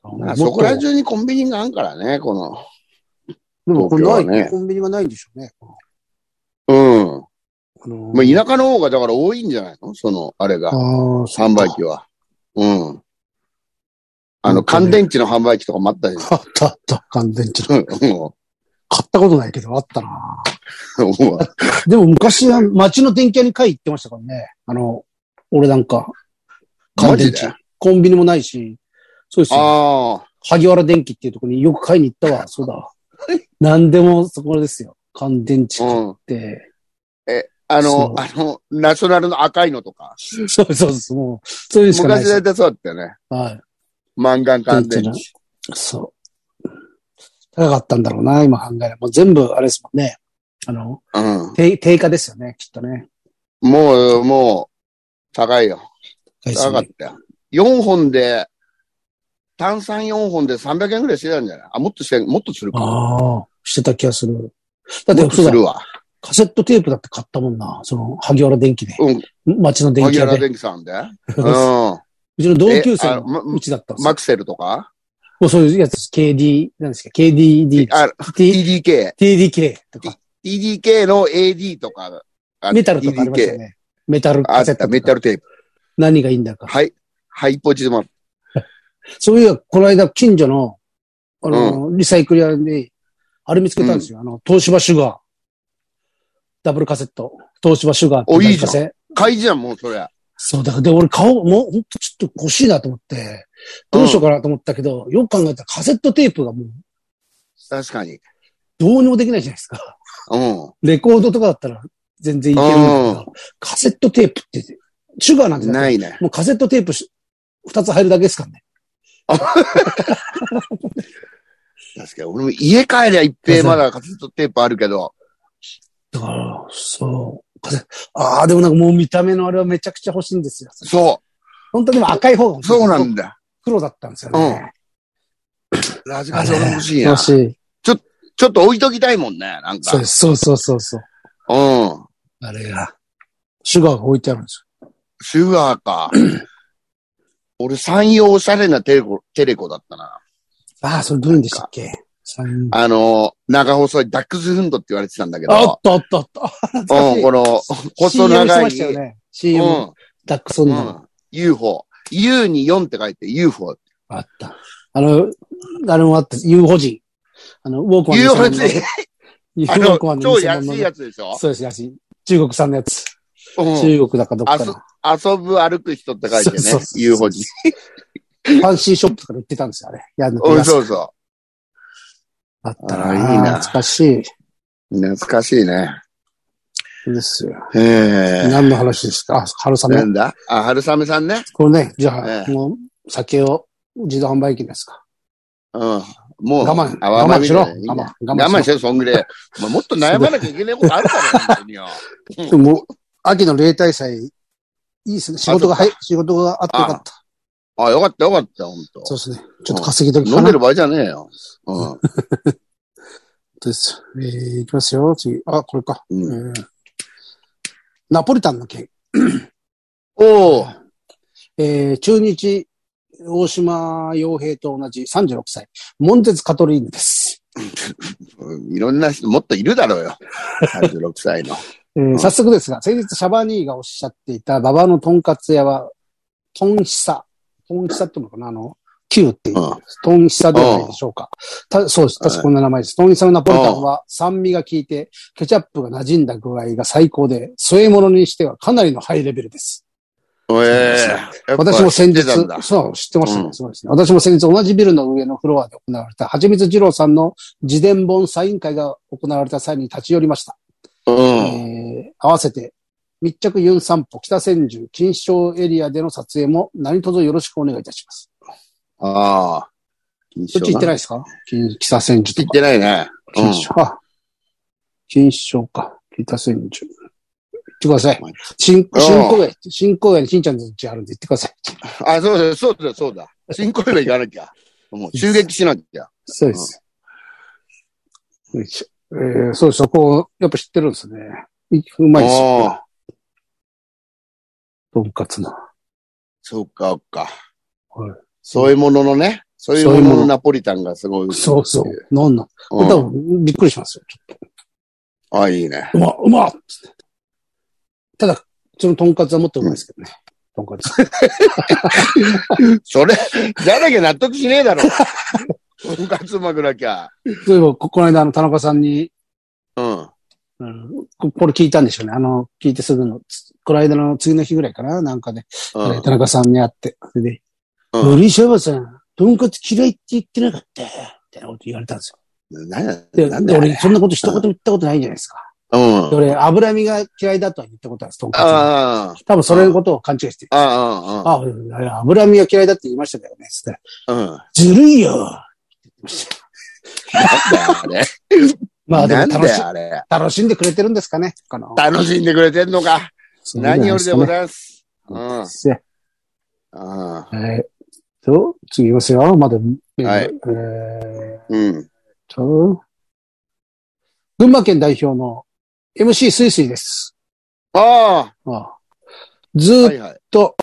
もっと
そこら中にコンビニがあるからね、この。
でもこれ
東京は
ない、
ね
コンビニはないんでしょうね。
うん。
あの
まあ、田舎の方がだから多いんじゃないのその、あれ
あ
が。
あ、
販売機は。うん。あ
本当
の、
ね
乾電池の販売機とかもあった じ
あったあった、乾電池の。
ゃん。うんも
買ったことないけど、あったな。
うもう
でも昔は街の電気屋に買い行ってましたからね。あの、俺なんか、乾
マ
電
ジ
池
で。
コンビニもないし、そうですよ。
ああ。
萩原電機っていうところによく買いに行った わ。そうだ。何でもそこですよ。乾電池買っ
うん。
て。
あ
そう
の、あの、ナショナルの赤いのとか。
そうそうそう。もう、そういうのしかないです
昔大
よ。
体そうだったよね。
はい。
マンガン乾電
電
池。
そう。高かったんだろうな、今考えれば。もう全部、あれですもんね。あの、
うん。
低低価ですよね、きっとね。
もう、もう、高いよ。
高いです
高
よ
かっ
ね
たよ。4本で、炭酸4本で300円ぐらいしてたんじゃないあ、もっとして、もっとするか。も
ああ、してた気がする。だっ、
ってと
そう
す
だ
る、わ。
カセットテープだって買ったもんな。その、萩原電機で。
うん。
町の電
萩
気屋
原
で。
電機さん で。う。
うんうちの同級生
えあま
のうちだったんですよ
マクセルとか
もうそういうやつです、KD、何ですか、KDD、
あ、
T
TDK。
TDK とか、
TDK の AD とか。あ
メタルとかありましたよ
TDK
ね。メタル
あ
カ
っ
セット
た、
と
メ
か
タ。ルテープ。
何がいいんだか。
はい。ハイポジでもある。
そういえば、この間、近所の、あの、リサイクル屋で、あれ見つけたんですよ。あの、東芝シュガー。ダブルカセット。東芝シュガーって
おいい
ダブルカセ
買いじゃん、もうそれ。
そうだ。で、俺顔、もう、ほんとちょっと欲しいなと思って、どうしようかなと思ったけど、よく考えたらカセットテープがもう、
確かに。
どうにもできないじゃないですか。
うん。
レコードとかだったら全然いけるんだけど、カセットテープって、シュガーなんて。
ないいね。
もうカセットテープし二つ入るだけですからね。
確かに。俺も家帰りゃ一平まだカセットテープあるけど。
だから、そう。カセああ、でもなんかもう見た目のあれはめちゃくちゃ欲しいんですよ。
そ
本当でも赤い方が欲
う。
しい
そうなんだ。
黒だったんですよね。
ラジカセも欲しいな。
欲
ち
しい。
ょっと置いときたいもんね。なんか。
そうですそうそうそうそう。
うん。
あれが。シュガーが置いてあるんです
シュガ ーか。俺、三洋おしゃれなテレコ、テレコだったな。
よ。ああ、それどういうんでしたっけ三
あの、長細いダックスフンドって言われてたんだけ
あっ
ど。
とあったあった。あ懐かし
うん、
い
この、細
CM して
長
ま
い。
したよね。
う
CM、
ん。
ダックソン
う
ダの。
ん。UFO。U に4って書いて UFO。
あった。あの、あれもあった、UFO 人。あの、ウォークマン
UFO
の
っ
偽物
て
の。、UFO
あ
ウォ
の
ークマン、の
超
偽物の
安いやつでしょ
そうです、安い。中国産のやつ。
うん。
中国だかどっか
あ
の。
そ
フ
遊ぶ歩く人って書いてね
そうそうそ。う
UFO 人。
ァンシーショップとかで売ってたんですよ、あれ。やるの
うん、そうそ
あった
あ
な。
ーいいな
懐かしい。
う。懐かしいね。
ですよ。
へえ。
何の話ですかあ、春
な
雨。
んだあ、春雨さんね。
これね、じゃあ、
ええ
もう、酒を自動販売機ですか。
うん。もう。
我慢
あわまみたいな
我慢しろ
いいね
我慢
我
我
慢
慢
しろ、そんぐらい。お前もっと悩まなきゃいけないことあるから、本当 によ。
でももう、秋の例大祭、いいですね。仕事が、
あそ
は
っ
い、仕事があってよかった。
あ、よかった、よかった、本当。
そうですね。ちょっと稼ぎ時
飲
か
ん
な
でる場合じゃねえよ。うん。
です。えー、いきますよ、次。あ、これか。
う
うんナポリタンの件。
おー
えー、中日、大島洋平と同じ36歳、モンテツ・カトリーヌです。
うんいろんな人もっといるだろうよ。36歳の。
えー
ん
早速ですが、先日シャバニーがおっしゃっていた馬場のとんかつ屋は、トンヒサ。トンヒサっていうのかなあの、旧っていう。
う
トンヒサではないでしょうか。たそうです。確かこんな名前です。トンヒサのナポリタンは酸味が効いて、ケチャップが馴染んだ具合が最高で、添え物にしてはかなりのハイレベルです。
ん。ええ。
私も先日
やっぱ知ってたんだ、
そう、知ってましたね。
うん
そうですね。私も先日同じビルの上のフロアで行われた、はちみつ二郎さんの自伝本サイン会が行われた際に立ち寄りました。
うん。
えー合わせて、密着ユン散歩、北千住、金賞エリアでの撮影も何卒よろしくお願いいたします。
ああ。
そっち行ってないで
い
すか金北千住と
行っ
か。
てないね。うん
金賞、あ金賞か。北千住。行ってください。新、新公園、新公園に金ちゃんの家あるんで行ってください。
あ、そうだ、そうだ、そうだ。新婚旅行かなきゃ。も う襲撃しなきゃ。
そうです。よいしょえーそうです。そこ、やっぱ知ってるんですね。いうまいです
おー
よ。とんかつの。
そうか、そうか
はい。
そういうもののね、そういうもののナポリタンがすごい。
そうそう。なんなん。こ
う
れ多
ん。
分、びっくりしますよ。
あ、いいね。
うま、うまっつってただ、そのとんかつはもっとうまいですけどね。とんかつ。
それ、じゃなきゃ納得しねえ だろ。とんかつうまくなきゃ。
例えば、ここの間、あの、田中さんに、
うん。
うん、ここれ聞いたんでしょうね。あの、聞いてすぐの、つこの間の次の日ぐらいかななんかで、
うん
田中さんに会って、それで、
うん
よりしゃばさん、とんかつ嫌いって言ってなかったよ。みたいなこと言われたんですよ。
なんだ、
で、
なん
で
だ、
俺、そんなこと一言言ったことないじゃないですか。
うん。
で俺、脂身が嫌いだとは言ったことあるんです、とんか
あ
つ。多分それのことを勘違いして。
あ、ああ、ああ、
あ、うんあれ脂身が嫌いだって言いましたけどね、つって。
うん。なんだよ、
ずるいよ
あれ。
まあでも
なん
楽
だ
し
よ、、あれ。
楽しんでくれてるんですかね、この。
楽しんでくれてんのか。
そうなん
何より
す
で
か
ご
ね
ざいます。うん。
せ
うん。
はい。と、次いきますよ。まだ、
はい
えーっ
うん。
と、群馬県代表の MC スイスイです。
あ
ああず
あ、
ー
は
っ
いはい。
と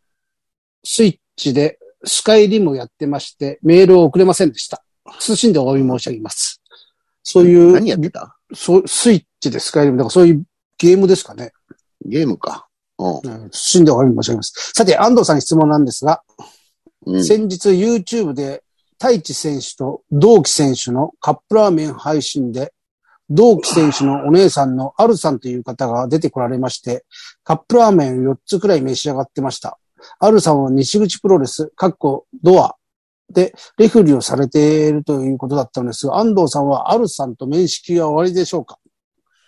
スイッチでスカイリムをやってまして、メールを送れませんでした。謹んでお詫び申し上げます。そういう、
何やってた
そうスイッチでスカイリム、だからそういうゲームですかね。
ゲームか。うん。
うん謹んでお詫び申し上げます。さて、安藤さんに質問なんですが、
うん。
先日 YouTube で、太一選手と同期選手のカップラーメン配信で、同期選手のお姉さんのアルさんという方が出てこられまして、カップラーメンを4つくらい召し上がってました。アルさんは西口プロレス、かっこドアでレフェリーをされているということだったのですが、安藤さんはアルさんと面識は終わりでしょうか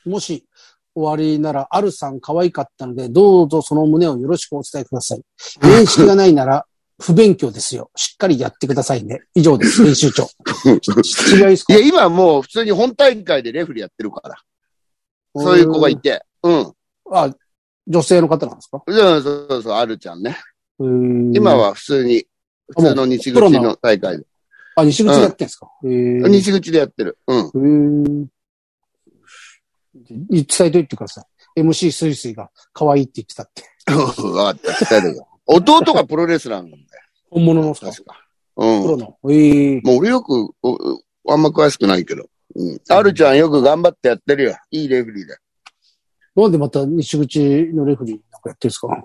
もし終わりなら、アルさん可愛かったので、どうぞその旨をよろしくお伝えくだ さい。面識がないなら、不勉強ですよ。しっかりやってくださいね。以上です、編 集長。違いです
い
か
や、今もう普通に本大会でレフェリーやってるから。そういう子がいて。うん。
あ、女性の方なんですか
うん、そうそうそう、あるちゃんね。今
今。
は普通に、普通の西
プロ
口
の
の大会で。
あ、西口でやってんですか、えー
西口でやってる。うん。
えー伝えといてください。MC スイスイが可愛いって言ってたって。
わかった、伝えてくよ。弟がプロレスラーなんだよ。
本物のですか
確か。うん。
プ
も
ロの。ええ
う俺よく、おおあんま詳しくないけど。うん。あるちゃんよく頑張ってやってるよ。いいレフェリーだよ。
なんでまた西口のレフェリーなんかやってるんですか
なん、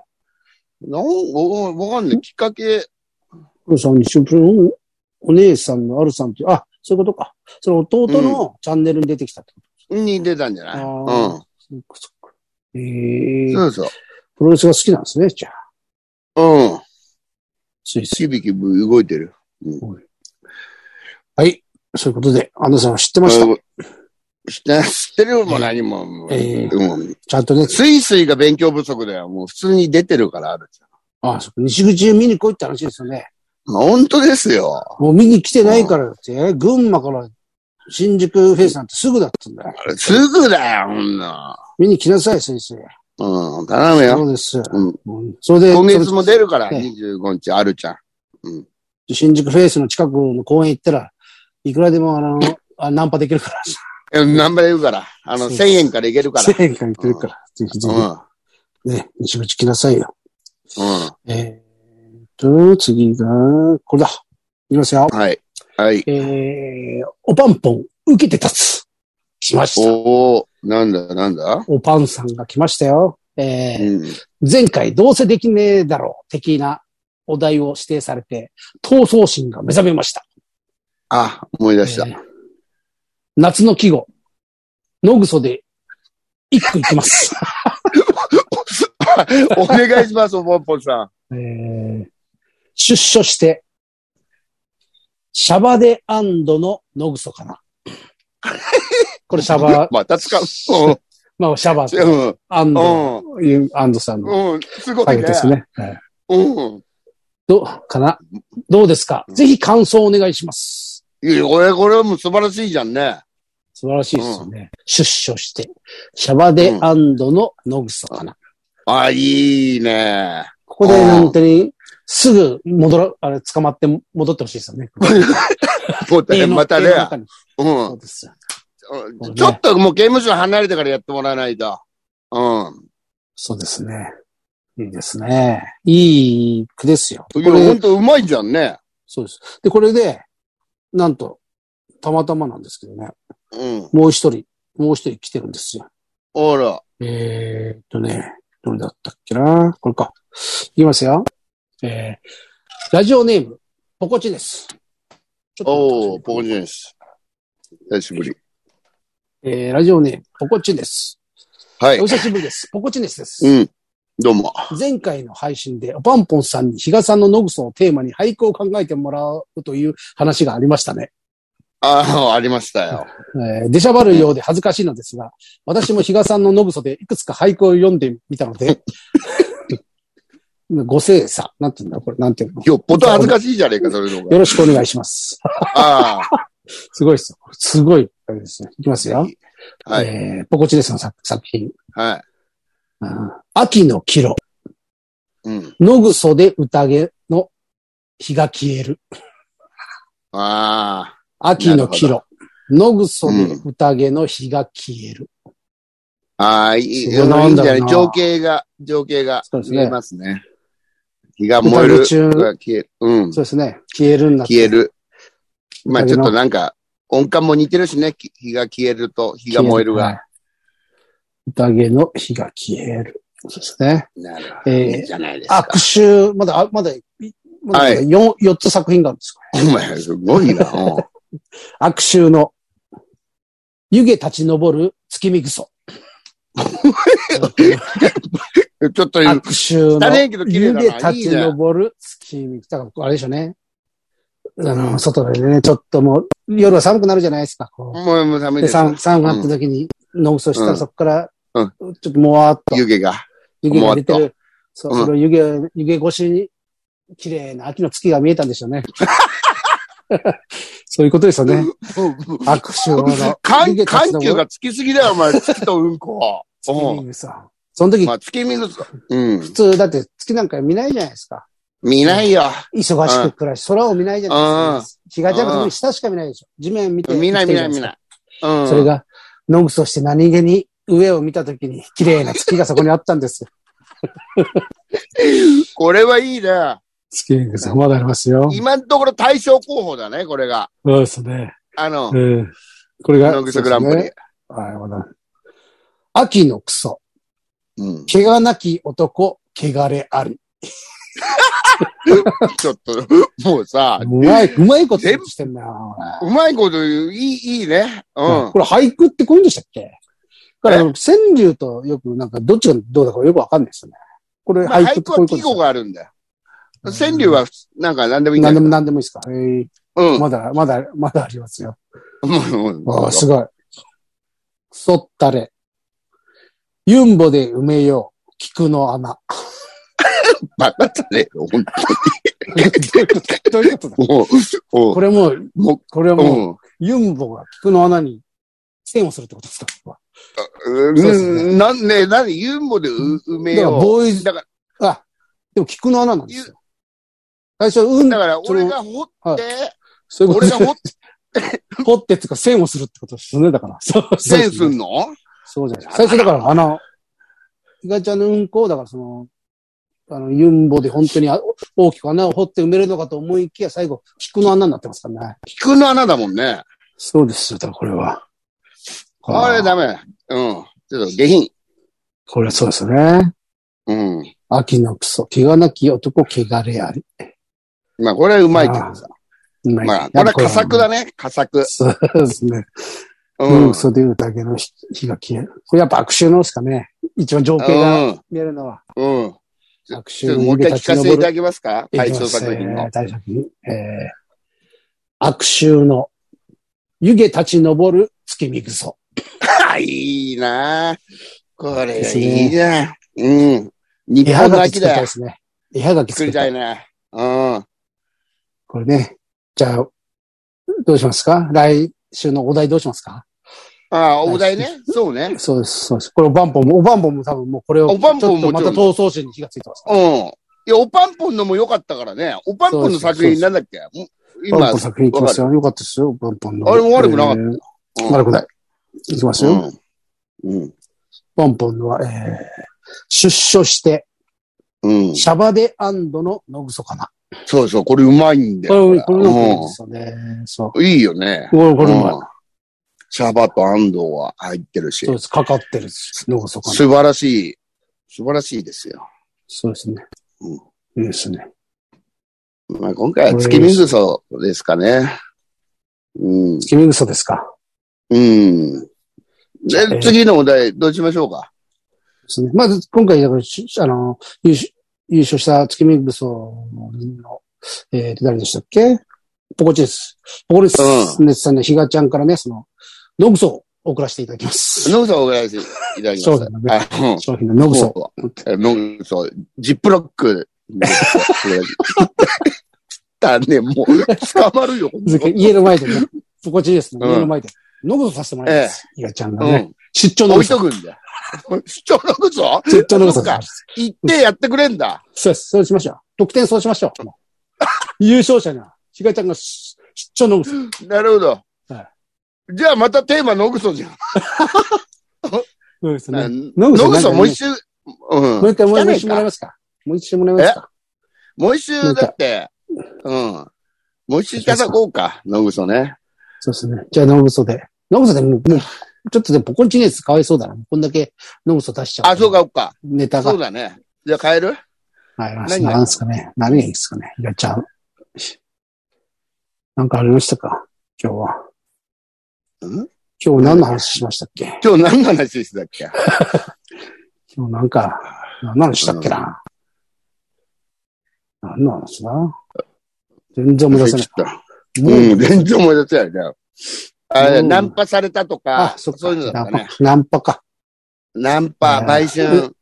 わわかんない。きっかけ、
黒さん、西口プロのお姉さんのあるさんって、あ、そういうことか。その弟のチャンネルに出てきたってこ
に出たんじゃない
あ
う
ー
ん。
と、そっかそっか。ええ
そうそう。
プロレスが好きなんですね、じゃあ。
うん。
スイスイ。
キビキビ動いてる。
はい。そういうことで、安藤さんは知ってました。
知って、知ってるよも何も。もう
ええ
うん
ちゃんとね、
スイスイが勉強不足だよ。もう普通に出てるから、あるちゃん。
あ、そっか西口見に来いって話ですよね。
本当ですよ。
もう見に来てないからだって、群馬から新宿フェイスなんてすぐだったんだよ。
すぐだよ、ほんな。
見に来なさい、先生。
うん、頼むよ。
そうです。
うん
うんそれで、
今月も出るから、
ええ
25日、あるちゃん。
新宿フェイスの近くの公園行ったら、いくらでもあの、あナンパできるから。
え、何倍言うから。あの、
そう
1000円からいけるから。
1000円から行ってるから。ぜひぜ
う
ひ、ね、西口来なさいよ。
ん。う
えーっと、次が、これだ。いきますよ。
ん。はい。はい。
えー、おパンポン、受けて立つ。来ました。
おおなんだ、なんだ
おパンさんが来ましたよ。えー
うん。
前回どうせできねえだろう的なお題を指定されて、闘争心が目覚めました。
あ、思い出した
え。ー夏の季語、野ぐそで一句いき ます。
お願いします、おぼんぽんさ
えー出所して、シャバでアンドの野ぐそかな。 これシャバ
ん。、また使う。うん
まあシャバ
うん。
アンド、
う
いうアンドさんの
ん。うん。すご
あ
い
れ
ね
で。すね。はい
うん。
どう、かなどうですかぜひ感想をお願いします。
いや、これ、これはもう素晴らしいじゃんね。
素晴らしいですよね。出所して、シャバデアンドのノグソかな。
あ、いいね。
ここで
うん
本当に、すぐ戻ら、あれ、捕まって戻ってほしいですよ ね。
そうだね、またね
家。の中に
う
そう。
ん
ですよ。
うんちょっともう刑務所離れてからやってもらわないと。うん。
そうですね。いいですね。いい句ですよ。こ
いや、ほ
れ
ん、とうまいじゃんね。
そうです。で、これで、なんと、たまたまなんですけどね、
うん。
もう一人、もう一人来てるんですよ。
ほら。
えーっとね、どれだったっけなこれか。いきますよ。えー、ラジオネーム、ポコチです。ちょっ
お
と待ってください
ー、ポコチンです。久しぶり。
えー、ラジオネーム、ポコチです。
はい
お。久しぶりです。ポコチネスです。
うん。どうも。
前回の配信で、バンポンさんに比嘉さんのノグソをテーマに俳句を考えてもらうという話がありましたね。
ああ、ありましたよ。
えー、出しゃばるようで恥ずかしいのですが、私も比嘉さんのノグソでいくつか俳句を読んでみたので、 ご精査。なんて言うんだこれ、なんて言うの
よっぽど恥ずかしいじゃねえか、それの方が。
よろしくお願いします。
あ
すごいっすよ。すごい、あれですね。いきますよ。
あ、はい、
えー、ポコチですの作作品。
はい。
うん秋のキロ、
うん。
野ぐそで宴の日が消える。
あ
秋のキロ、野ぐそで宴の日が消える。
あ、ああ、いい、いいんじ
すご
ゃ
い
な
ないんだろうな
情景が、情景が
そうです
見
ね
えますね。火が燃える。
宴中
が消える。うん。
そうですね。消えるんだって
消え。る。まあ
だ
ち
けど
ょっとなんか、音感も似てるしね。き火が消えると、火が燃える
はい
が。。
宴の日が消える。そうですね。
なるほ
え
ど。
ー
いいじゃないです
あ、
か
復。習、まだ、あまだ、いまだ
はい
4、四つ作品があるんですか
お前、すごいな。うん
悪臭の、湯気立ち上る月見ぐ そ。
ちょっと、
悪臭の
汚いけど綺麗
湯
だな
気立ち上る月見。だから、あれでしょうね。あの、外でね、ちょっともう、夜は寒くなるじゃないですか。こう
もう寒い
で
です。
寒寒くなった時に、ノブソした
うん
らそこから、
う
ちょっともわーっと
湯気が。
湯気が出て
もわ
る。そう、
うん
その湯気、湯気越しに、綺麗な秋の月が見えたんでしょう ね。そういうことですよね。悪臭の。湯気立ち上
緩緩急
る
がつきすぎだよ、お前。月とうんこ。
月
う
見草その時
ん。、まあ、月見ですか。うん
普。通、だって月なんか見ないじゃないですか。
見ないよ。
忙しく暮らし、空を見ないじゃないですか。日がじゃなくて下しか見ないでしょ。地面見て。
見ない見ない見
い。
ない。うん。
それが、ノグソして何気に上を見た時に綺麗な月がそこにあったんですよ。
これはいいね。
月見草、まだありますよ。
今のところ大賞候補だね、これが。
そうですね。
あの、
うん。これが、
ノグソグランプ
そう
リ
ですね。はい、まだ。秋のクソ、
うん。
怪我なき男、汚れあり。
ちょっと、もうさ、
うまい、うまいことしてんな、お前
うまいこと言う、いい、いいね。うん
こ。れ俳句ってこういうんでしたっけだから、川柳とよく、なんか、どっちがどうだかよくわかんないですよね。これ
ま
俳
あ
句
俳
ってこ
句
うい
は
うこと
季
です
語
よ。
があるんだよ。
うん
川柳は、なんか何でもいいんだ
何
よ
で。も何でもいいですか。へ
う
え
ん。
まだ、まだ、まだありますよ。
うん
ああ、すごい。くそったれ。ユンボで埋めよう。菊の 穴。
バカだね。ほん
どういうことどういうことだ
もう、も
これもう、
も
これは
う、
もう、ユンボが菊の穴に栓をするってことですかこ
うん。
そうです
うんなんね、なに、ユンボでう埋
れ
め
はだから、
よ
ボーイ
う。
ズ、
だか
あ、でも菊の穴なんですよ。最初、うん
ら、だ、から俺が掘っ
は
て、
そういうこと
俺
です
が掘って
掘ってっていうか、栓をするってことですよね、だから。 そう、そう
セ
で
ン
す
す
ね
んの
そうじゃないですか。最初だから、あの、ひがちゃんのうんこを、だからその、あの、ユンボで本当にあ大きく穴を掘って埋めるのかと思いきや、最後、菊の穴になってますからね。
菊の穴だもんね。
そうですよ、だからこれは。
あれダメ。うん。ちょっと下品。
これはそうですよね。
うん。
秋のクソ、気がなき男、汚れあり。
まあ、これはうまいけどさ。
うまい
まあ、これは佳作だ。ね。佳作。
そうですね。
う
うんん、。そうで言うだけの火火が消える。これやっぱ悪臭のですかね。一番情景が
うん。
見えるのは。
うん。ちょ
悪
ち
臭
ょっと
の
もう一回聞かせていただけますか
い
対
きま
象
す
作品
え
の
ー。大作品。えー、悪臭の湯気立ち上る月見ぐそ。
あ、いいなぁこれ、いいじゃん。うん。日
絵は
本の
がき
秋
作りたい
だ
で
よ。
すね。絵はがき
作
作
り
りた
た
い。
いね。うん。
これね。じゃあ、どうしますか来週のお題どうしますか
あ、お題ね。そうね。
そうです、そうです。これおばんぽんも、おばんぽんも多分もうこれを、
おばんぽんも
ちょっとまた
もちろ
闘争心に火がついてます。
うん。いや、おパンポンのも良かったからね。おパンポンの作品なんだっけも
バ
う
ン
今
ポン、作品いきますよ。よかったですよ、バンポンの。
あれも悪くなかった
た
うん
悪くない。いきますよ。
うん。
バンポンのは、えー、出所して、
うん。
シャバでアンドの野ぐそかな。
そうそう、これうまいんだよ。
これ、これなんかいいですよ
う
ね。そう。
ん。いいよね。
これ、これ
うん
も、
シャバと安藤は入ってるし
そう。です。かかってるんです。脳そこに。
素晴らしい。素晴らしいですよ。
そうですね。
うん
いいですね。
まあ、今回は月水草ですかね。うん。
月見草ですか。
うん。
えー
で、次のお題、どうしましょうか
ですね。まず、今回、だからしあの、優勝優勝した月見武装の、えー、誰でしたっけポコチです。ポコチです。ねさんのひがちゃんからね、その、ノブソを送らせていただきます。
ノグソをお返しいただきま
そう
す
だ。ね。
はいうん
商品のノブソ。
そう。ノグソ、ジップロッ ク。だね、もう、捕まるよ。
家の前でね、ポコチですね。
うん
家の前で。ノブソさせてもらいます。ひがちゃんが
う
ね。
ん。
出張ノ
置
ブ
いと
ソ。
くんだよ。 出張ノグソ
出張ノブソ
そっか行ってやってくれんだ。
そうです。そうしましょう。得点そうしましょう。もう優勝者には、ひがちゃんが出張ノブソ。
なるほど
は。
じゃあまたテーマノグソじゃん。
そうですね。
ノグソもう一
周。
周、うん
もう。一回、もう一周もらえますか。もう一周もらえますか。
もう一周だって、うん。もう一周いただこうか、ノグソね。
そうですね。じゃあ、ノブソで。ノブソでもう、もう、ちょっとでもポコンチネスかわいそうだな。こんだけノブソ出しちゃう。
あ、そうか、。そうか。
ネタが
そう。だね。じゃあ変える
はい、な
何が
なんですかね。何がいいですかね。やっちゃう。なんかありましたか今日は。
ん
今日何の話しましたっけ
今日何の話でしたっけ
今日なんか、何の話したっけな、何の話だ全然思い出せな
ちょっ
い。
と
もう
うん、全然思い出せないね。あ
うん
ナンパされたとか
あ、、そ
そ
っか。
ういうのだったね。
ナンパか。
ナンパ、
うん
売春、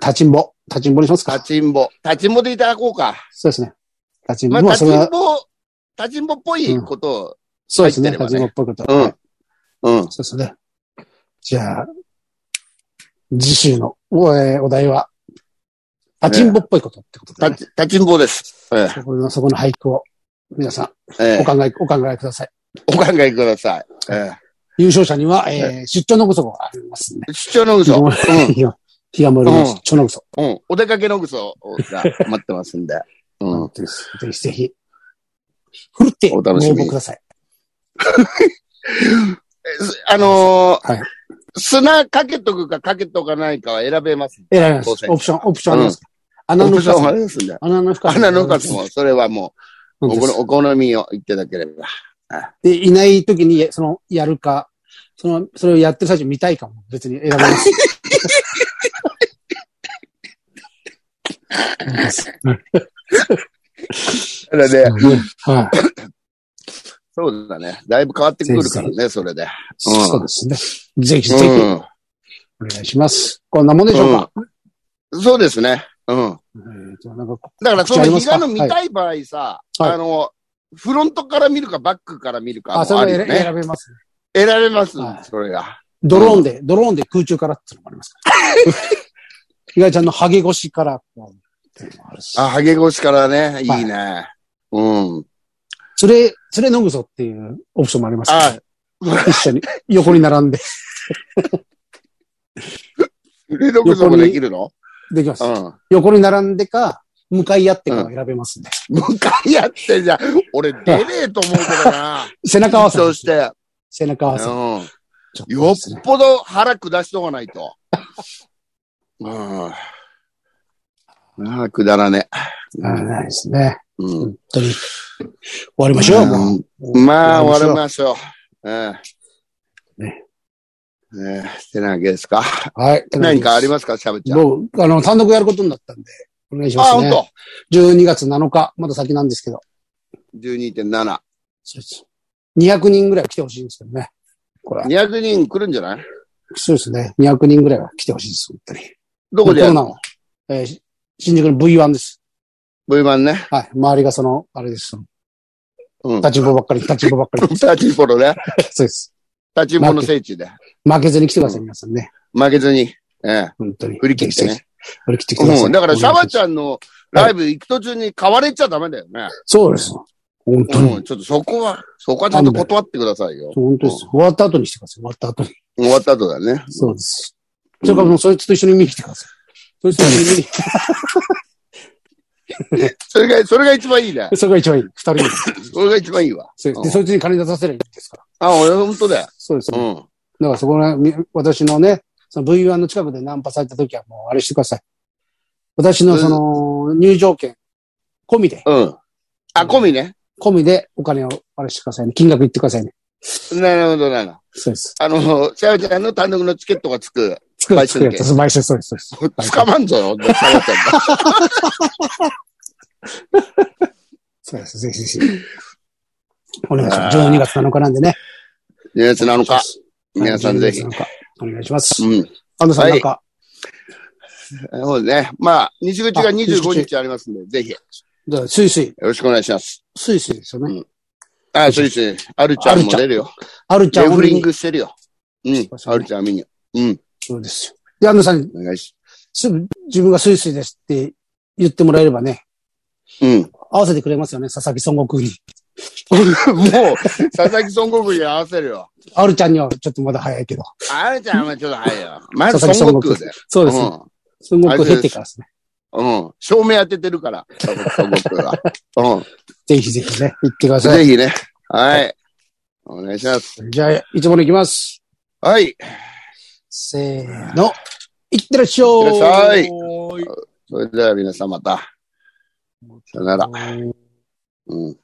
立ちんぼ。立ちんぼにしますか
立ちんぼ。立ちんぼでいただこうか。
そうですね。立ちんぼ。
まあ、
まあ、
立
そ
ち
れ
ん
は、
ぼ、立ちんぼっぽいこと
そうですね。
入ってればね
立ちんぼっぽいこと。
を。うん。うん。
そうですね。じゃあ、次週のお,、えーお題は、立ちんぼっぽいことってことで、ね
立ち、立ちんぼです。え
そこの、そこの俳句を、皆さん、
ええ
お
え
考え、お考えください。
お考えください。え
優勝者には、えー、出張のぐそがありますね。
え出張の嘘。
も
う。
うん日が、日が盛りの
うん
出張のぐそ。
うん。お出かけの嘘が待ってますんで。うん。
ぜひぜひ、ふるってご応
お楽しみに
募ください。
あのー
はい
砂かけとくかかけとかないかは選べます。
選べます。
当選
オプション、オプションありますか、穴
オ
の
プシ
深
ョンはあ
さ。
れですんで。
穴の深さ。
穴の数も、それはもう、
そう
お
です。
好お好みを言っていただければ。
で、いない時に、その、やるか、その、それをやってる最中見たいかも、別に選べます。
それで、
は
そうだね。だいぶ変わってくるからね、それで。
い。そうですね。ぜひぜひ、
う
お
ん
願いします。こんなもんでしょうか、
そうですね。うん。
えーとなんかこ
だから、そ
告知あり
の
ま
日
すか
がの見たい場合さ、
はい
あの、フロントから見るか、バックから見るか
あ、
も
そ
あ
れは
るよ
選べ
ね。
選べます、ね。
選べます
は、い
それが。
ドローンで、ドローンで空中からっていうのもあります から。ひがりちゃんのハゲ越しからこうっていうのもあるし。
あ、ハゲ越しからね、いいね。うん。
連れ、連れのぐぞっていうオプションもありますから、
あ
一緒に、横に並んで、
レドクソもできるの
できます
う。ん。
横に並んでか、向かい合ってから選べますんで。
向かい合ってじゃん、俺出ねえと思うけどな。
背中合わせ。
そうして。
背中合わせ。
う
ちょ
ん。
と
よ
ですね
っぽど腹下しとかないと。 うん。ああ、くだらねえ。
あないですね。
うん。
本当に。終わりましょう。もう
うんまあ、終わりましょう。うん。
ね
ねえ、てなわけですか。
はい。
何かあり
ま
ますか、しゃべちゃん。
どうあの、単独やることになったんで、お願いしま
あ、
す
ほん
ね。
と。
12月7日、まだ先なんですけど。
12.7。
そうです。200人ぐらいは来てほしいんですけどね。これは。
200人来るんじゃない
そうですね。200人ぐらいは来てほしいです、本当に。
どこでやる
コロナを。えーし新宿の V1 です。
?V 版 ね。
はい。周りがその、あれです。その
うん。
立ちんぼばっかり、立ちんぼばっか り。
立ちんぼのね。
そうです。
立ちんぼの聖地で。
負けずに来てください、皆さんね。
負けずに。ええ。
本当に。
振り切ってね。
振り切ってください。
うん。だから、シャバち
ゃん。
ゃんのライブ行く途中に買われちゃダメだよね。
そうです。本当に。
うん。ちょっとそこは、そこはちゃんと断ってくださいよ。
本当です。終わった後にしてください。終わった後に。
終わった後だね。
そうです。それからもうそいつと一緒に見に来てください。そいつと一緒に見
それが、それが一番いいね。
に、それが一番いい。二人 で。
それが一番いいわ。
そうで、そいつに金出させればいいですから。
あ、俺、本当だよ。
そうです。
う
だか
ん。
らそこら辺、み私のね、その V1 の近くでナンパされた時はもうあれしてください。私のその、入場券、込みで、
うん。あ、込みね。
込みでお金をあれしてくださいね。金額言ってくださいね。
なるほど、なるほど。
そうです。
あの、シャワちゃんの単独のチケットがつく。
作る、作るやつ。毎週そうです、そうです。
捕まんぞ よ、捕まっちゃった
そうです、ぜひぜひ。お願いします。12月7日なんでね。
2月7日。皆さんぜひ
12。月7日お願いします。
うん。
安藤さん、
はい
なんか、
そうですね。まあ、西口が25日ありますんで、ぜひ、よ
だからスイスイ、
ろしくお願いします。
スイスイですよね。
あ、そうですね。アルちゃんも出るよ。
あるちゃ
レ
ん、
フリン
本
グしてるよ。うん。アルちゃん見に。うん。
当にそうですよ。で、安藤さんに、
お願いし
すぐ自分がスイスイですって言ってもらえればね、
うん。
合わせてくれますよね、佐々木孫悟空に。
もう、佐々木孫悟空に合わせるよ。
あるちゃんにはちょっとまだ早いけど。
アルちゃんはちょっと早いよ。まず
佐
孫
々木孫悟
悟空だよ
空。。そうです。孫悟空減ってからですね。
うん。うん。照明当ててるから、佐々木孫悟空 が。うん。
ぜひぜひね、行ってください。
ぜひね。はい。お願いします。
じゃあ、いつもの行きます。
はい。
せーの。いってらっしゃい。
いってらっしゃい
おーい。
それでは皆さんまた。さよなら。うん。